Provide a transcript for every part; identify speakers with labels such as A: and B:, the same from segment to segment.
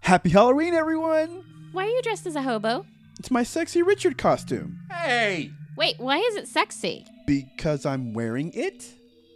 A: Happy Halloween, everyone!
B: Why are you dressed as a hobo?
A: It's my sexy Richard costume
C: Hey!
B: Wait, why is it sexy?
A: because I'm wearing it.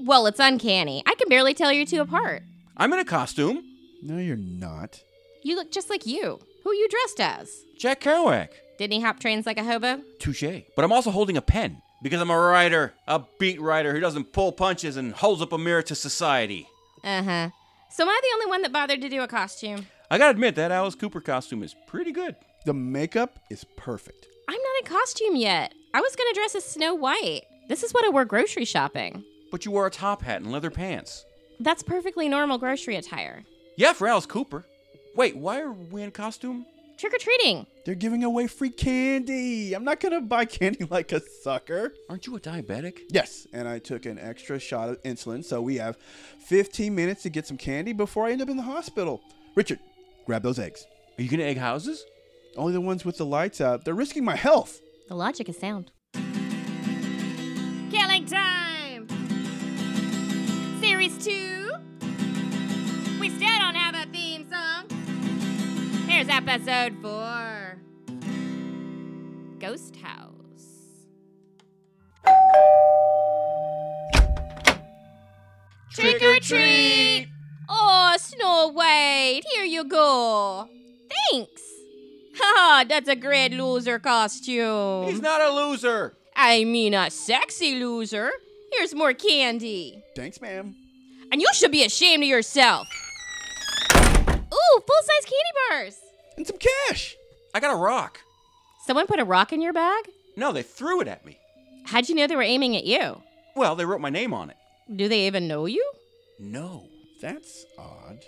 B: Well, it's uncanny. I can barely tell you two apart.
C: I'm in a costume.
A: No, you're not.
B: You look just like you. Who are you dressed as?
C: Jack Kerouac.
B: Didn't he hop trains like a hobo?
C: Touche. But I'm also holding a pen because I'm a writer, a beat writer who doesn't pull punches and holds up a mirror to society.
B: Uh huh. So am I the only one that bothered to do a costume?
C: I gotta admit, that Alice Cooper costume is pretty good.
A: The makeup is perfect.
B: I'm not in costume yet. I was gonna dress as Snow White. This is what I wore grocery shopping.
C: But you wore a top hat and leather pants.
B: That's perfectly normal grocery attire.
C: Yeah, for Alice Cooper. Wait, why are we in costume?
B: Trick or treating.
A: They're giving away free candy. I'm not gonna buy candy like a sucker.
C: Aren't you a diabetic?
A: Yes, and I took an extra shot of insulin, so we have 15 minutes to get some candy before I end up in the hospital. Richard, grab those eggs.
C: Are you gonna egg houses?
A: Only the ones with the lights out. They're risking my health.
B: The logic is sound. Killing time! Series 2. We still don't have a theme song. Here's episode 4 Ghost House. Trick or treat! Oh, Snow White, here you go. Thanks. Ha, that's a great loser costume.
C: He's not a loser!
B: I mean, a sexy loser. Here's more candy.
A: Thanks, ma'am.
B: And you should be ashamed of yourself. Ooh, full size candy bars.
A: And some cash.
C: I got a rock.
B: Someone put a rock in your bag?
C: No, they threw it at me.
B: How'd you know they were aiming at you?
C: Well, they wrote my name on it.
B: Do they even know you?
C: No.
A: That's odd.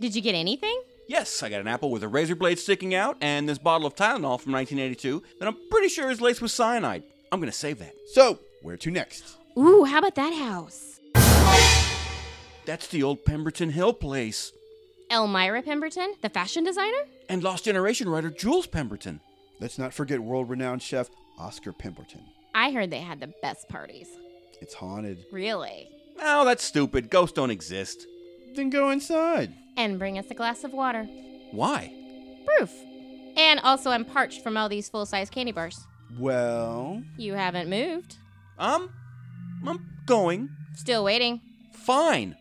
B: Did you get anything?
C: Yes, I got an apple with a razor blade sticking out and this bottle of Tylenol from 1982 that I'm pretty sure is laced with cyanide. I'm gonna save that.
A: So, where to next?
B: Ooh, how about that house?
C: That's the old Pemberton Hill place.
B: Elmira Pemberton, the fashion designer?
C: And Lost Generation writer Jules Pemberton.
A: Let's not forget world renowned chef Oscar Pemberton.
B: I heard they had the best parties.
A: It's haunted.
B: Really?
C: No, that's stupid. Ghosts don't exist.
A: Then go inside.
B: And bring us a glass of water.
C: Why?
B: Proof. And also, I'm parched from all these full size candy bars.
A: Well,
B: You haven't moved.
C: Um, I'm going.
B: Still waiting.
C: Fine.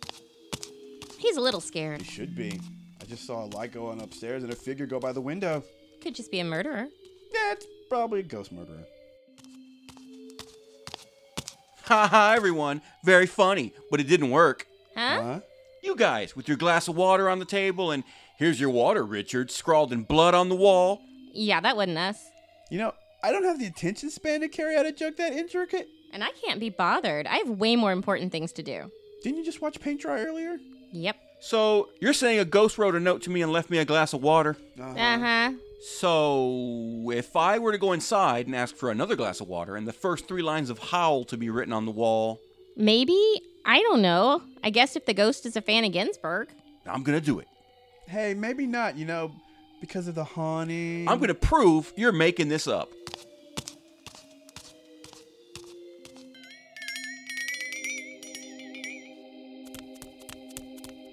B: He's a little scared.
A: it should be. I just saw a light go on upstairs and a figure go by the window.
B: Could just be a murderer.
A: That's probably a ghost murderer.
C: Haha, everyone. Very funny, but it didn't work.
B: Huh?
A: Huh?
C: You guys, with your glass of water on the table and here's your water, Richard, scrawled in blood on the wall.
B: yeah, that wasn't us.
A: You know, I don't have the attention span to carry out a joke that intricate.
B: And I can't be bothered. I have way more important things to do.
A: Didn't you just watch paint dry earlier?
B: Yep.
C: So, you're saying a ghost wrote a note to me and left me a glass of water?
B: Uh huh.
C: So, if I were to go inside and ask for another glass of water and the first three lines of howl to be written on the wall,
B: Maybe? I don't know. I guess if the ghost is a fan of Ginsburg.
C: I'm gonna do it.
A: Hey, maybe not, you know, because of the haunting.
C: I'm gonna prove you're making this up.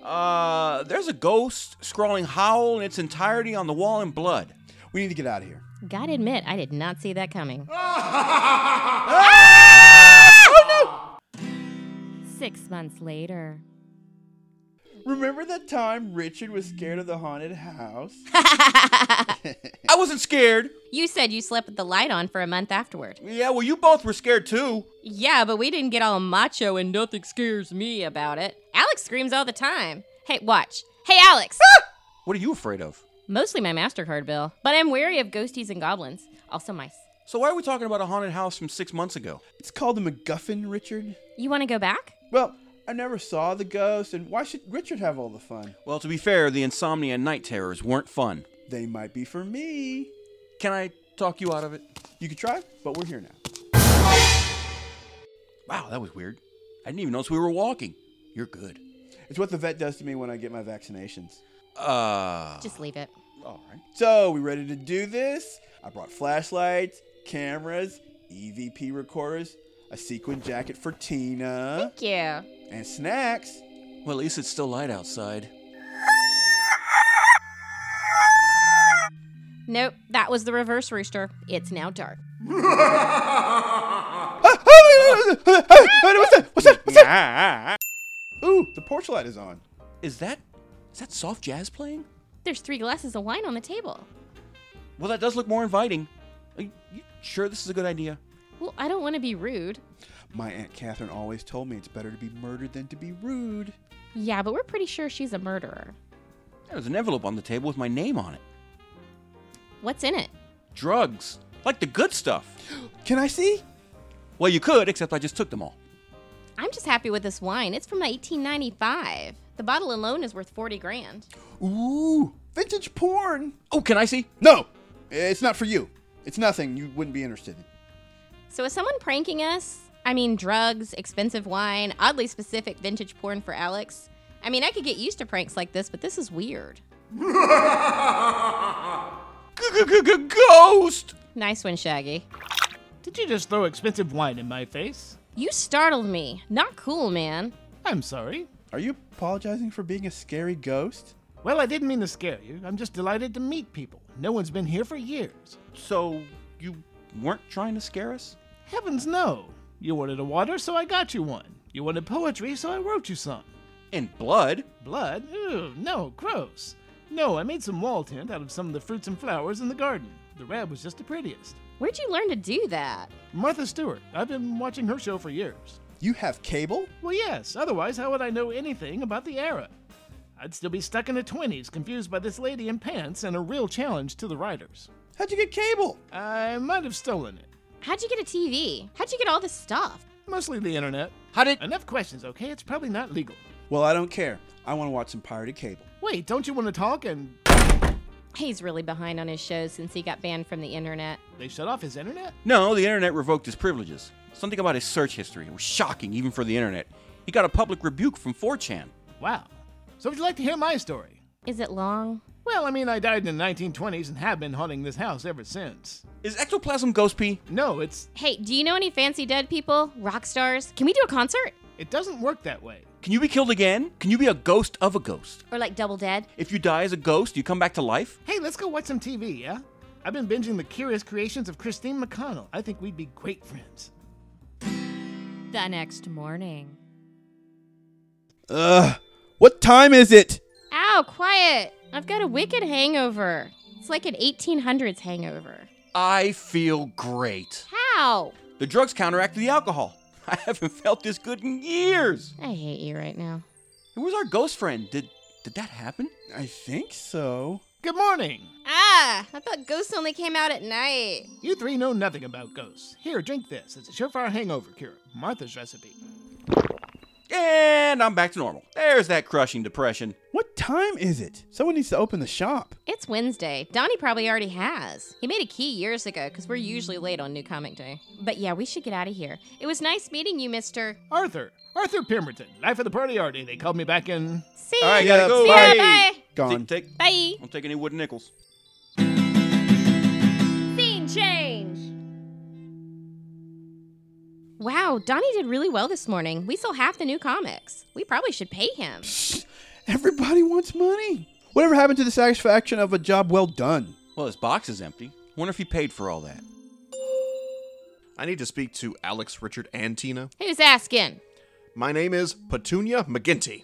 C: Uh, there's a ghost scrawling howl in its entirety on the wall in blood.
A: We need to get out of here.
B: Gotta admit, I did not see that coming.
A: Ah! Oh,
B: Six months later.
A: Remember that time Richard was scared of the haunted house?
C: I wasn't scared.
B: you said you slept with the light on for a month afterward.
C: Yeah, well, you both were scared too.
B: Yeah, but we didn't get all macho and nothing scares me about it. Alex screams all the time. Hey, watch. Hey, Alex!
C: What are you afraid of?
B: Mostly my MasterCard bill, but I'm wary of ghosties and goblins. Also mice.
C: So why are we talking about a haunted house from six months ago?
A: it's called the MacGuffin, Richard.
B: You want to go back?
A: Well, I never saw the ghost, and why should Richard have all the fun?
C: Well, to be fair, the insomnia and night terrors weren't fun.
A: They might be for me.
C: Can I talk you out of it?
A: You could try, but we're here now.
C: Wow, that was weird. I didn't even notice we were walking. You're good.
A: It's what the vet does to me when I get my vaccinations.
C: Uh,
B: Just leave it.
C: all right.
A: So, we ready to do this? I brought flashlights, cameras, EVP recorders, a sequin jacket for Tina,
B: Thank you.
A: and snacks.
C: Well, at least it's still light outside.
B: That was the reverse rooster. It's now dark.
A: Ah, ah, ah, ah, ah, ah, what's that? What's that? What's that? Ooh, the porch light is on.
C: Is that is that soft jazz playing?
B: There's three glasses of wine on the table.
C: Well, that does look more inviting. Are you, you sure this is a good idea?
B: Well, I don't want to be rude.
A: My Aunt Catherine always told me it's better to be murdered than to be rude.
B: Yeah, but we're pretty sure she's a murderer.
C: There's an envelope on the table with my name on it.
B: What's in it?
C: Drugs, like the good stuff.
A: Can I see?
C: Well, you could, except I just took them all.
B: I'm just happy with this wine. It's from 1895. The bottle alone is worth 40 grand.
A: Ooh, vintage porn.
C: Oh, can I see?
A: No, it's not for you. It's nothing you wouldn't be interested in.
B: So is someone pranking us? I mean, drugs, expensive wine, oddly specific vintage porn for Alex. I mean, I could get used to pranks like this, but this is weird.
C: Ghost.
B: Nice one, Shaggy.
D: Did you just throw expensive wine in my face?
B: You startled me. Not cool, man.
D: I'm sorry.
A: Are you apologizing for being a scary ghost?
D: Well, I didn't mean to scare you. I'm just delighted to meet people. No one's been here for years.
C: So you weren't trying to scare us?
D: Heavens no. You wanted a water, so I got you one. You wanted poetry, so I wrote you some.
C: In blood?
D: Blood? Ew, no, gross. No, I made some wall tint out of some of the fruits and flowers in the garden. The red was just the prettiest.
B: Where'd you learn to do that?
D: Martha Stewart. I've been watching her show for years.
A: You have cable?
D: Well, yes, otherwise, how would I know anything about the era? I'd still be stuck in the 20s, confused by this lady in pants and a real challenge to the writers.
A: How'd you get cable?
D: I might have stolen it.
B: How'd you get a TV? How'd you get all this stuff?
D: Mostly the internet.
C: How did?
D: Enough questions, okay? It's probably not legal.
A: Well, I don't care. I want to watch some pirated cable.
D: Wait, don't you want to talk? And
B: He's really behind on his shows since he got banned from the internet.
D: they shut off his internet?
C: No, the internet revoked his privileges. Something about his search history was shocking, even for the internet. He got a public rebuke from 4chan.
D: Wow. So, would you like to hear my story?
B: Is it long?
D: Well, I mean, I died in the 1920s and have been haunting this house ever since.
C: Is ectoplasm ghost pee?
D: No, it's.
B: Hey, do you know any fancy dead people? Rock stars? Can we do a concert?
D: it doesn't work that way.
C: Can you be killed again? Can you be a ghost of a ghost?
B: Or like double dead?
C: If you die as a ghost, you come back to life?
D: Hey, let's go watch some TV, yeah? I've been binging the curious creations of Christine McConnell. I think we'd be great friends.
B: The next morning.
A: Ugh, what time is it?
B: Ow, quiet! I've got a wicked hangover. It's like an 1800s hangover.
C: I feel great.
B: How?
C: The drugs counteract the alcohol. I haven't felt this good in years.
B: I hate you right now.
C: Where's our ghost friend? Did did that happen?
A: I think so.
D: Good morning!
B: Ah, I thought ghosts only came out at night.
D: You three know nothing about ghosts. Here, drink this. It's a surefire hangover cure. Martha's recipe.
C: And I'm back to normal. There's that crushing depression.
A: What time is it? Someone needs to open the shop.
B: It's Wednesday. Donnie probably already has. He made a key years ago because we're usually late on New Comic Day. But yeah, we should get out of here. It was nice meeting you, mister.
D: Arthur. Arthur Pemberton. Life of the party arty. They called me back in.
B: See
C: All right,
B: ya.
C: gotta go.
B: See ya, bye.
A: Gone.
C: Take, take,
B: Bye.
C: I'll take any wooden nickels.
B: Scene change. Wow, Donnie did really well this morning. We sold half the new comics. We probably should pay him.
A: Everybody wants money. Whatever happened to the satisfaction of a job well done?
C: Well, his box is empty. Wonder if he paid for all that.
E: I need to speak to Alex, Richard, and Tina.
B: Who's asking?
E: My name is Petunia McGinty.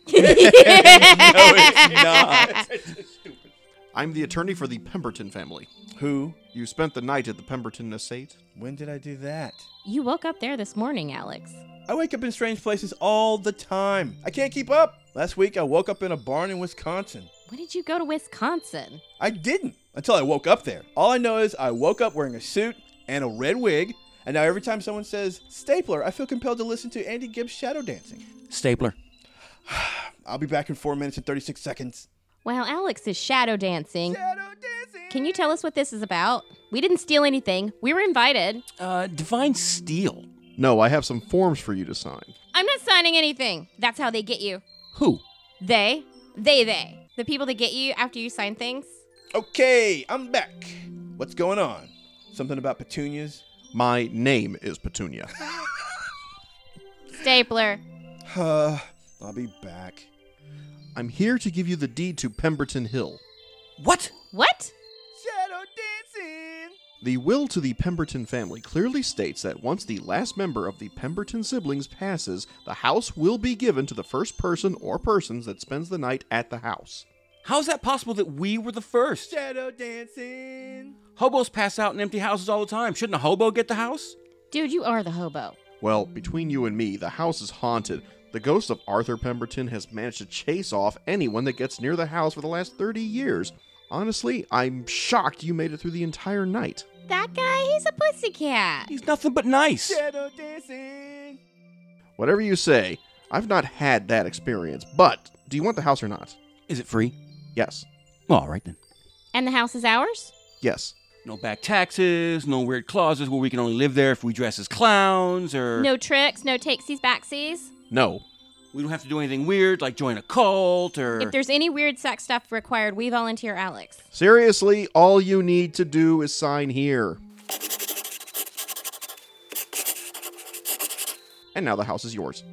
E: I'm the attorney for the Pemberton family.
A: Who?
E: You spent the night at the Pemberton estate.
A: When did I do that?
B: You woke up there this morning, Alex.
A: I wake up in strange places all the time. I can't keep up. Last week I woke up in a barn in Wisconsin.
B: When did you go to Wisconsin?
A: I didn't until I woke up there. All I know is I woke up wearing a suit and a red wig, and now every time someone says stapler, I feel compelled to listen to Andy Gibbs shadow dancing.
C: Stapler.
A: I'll be back in four minutes and 36 seconds.
B: Well, Alex is shadow dancing.
A: Shadow dancing!
B: Can you tell us what this is about? We didn't steal anything. We were invited.
C: Uh, divine steel.
E: No, I have some forms for you to sign.
B: I'm not signing anything. That's how they get you.
C: Who?
B: They, they, they. The people that get you after you sign things.
A: Okay, I'm back. What's going on? Something about petunias?
E: My name is Petunia.
B: Stapler.
A: Uh, I'll be back.
E: I'm here to give you the deed to Pemberton Hill.
C: What?
B: What?
A: Shadow dancing!
E: The will to the Pemberton family clearly states that once the last member of the Pemberton siblings passes, the house will be given to the first person or persons that spends the night at the house.
C: How is that possible that we were the first?
A: Shadow dancing.
C: Hobos pass out in empty houses all the time. Shouldn't a hobo get the house?
B: Dude, you are the hobo.
E: Well, between you and me, the house is haunted. The ghost of Arthur Pemberton has managed to chase off anyone that gets near the house for the last 30 years. Honestly, I'm shocked you made it through the entire night.
B: That guy, he's a pussycat.
C: He's nothing but nice.
A: Shadow dancing.
E: Whatever you say, I've not had that experience, but do you want the house or not?
C: Is it free?
E: Yes.
C: Well, all right then.
B: And the house is ours?
E: Yes.
C: No back taxes, no weird clauses where we can only live there if we dress as clowns or
B: No tricks, no takesies, backsies.
E: No.
C: we don't have to do anything weird like join a cult or
B: If there's any weird sex stuff required, we volunteer Alex.
E: Seriously, all you need to do is sign here. And now the house is yours.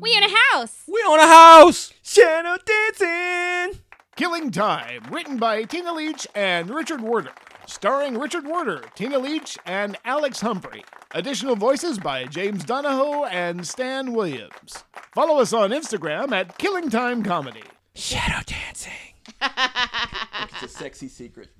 B: We own a house.
C: We own a house.
A: Shadow dancing.
D: Killing Time, written by Tina Leach and Richard Werder. Starring Richard Werder, Tina Leach, and Alex Humphrey. Additional voices by James Donahoe and Stan Williams. Follow us on Instagram at Killing Time Comedy.
A: Shadow dancing. it's a sexy secret.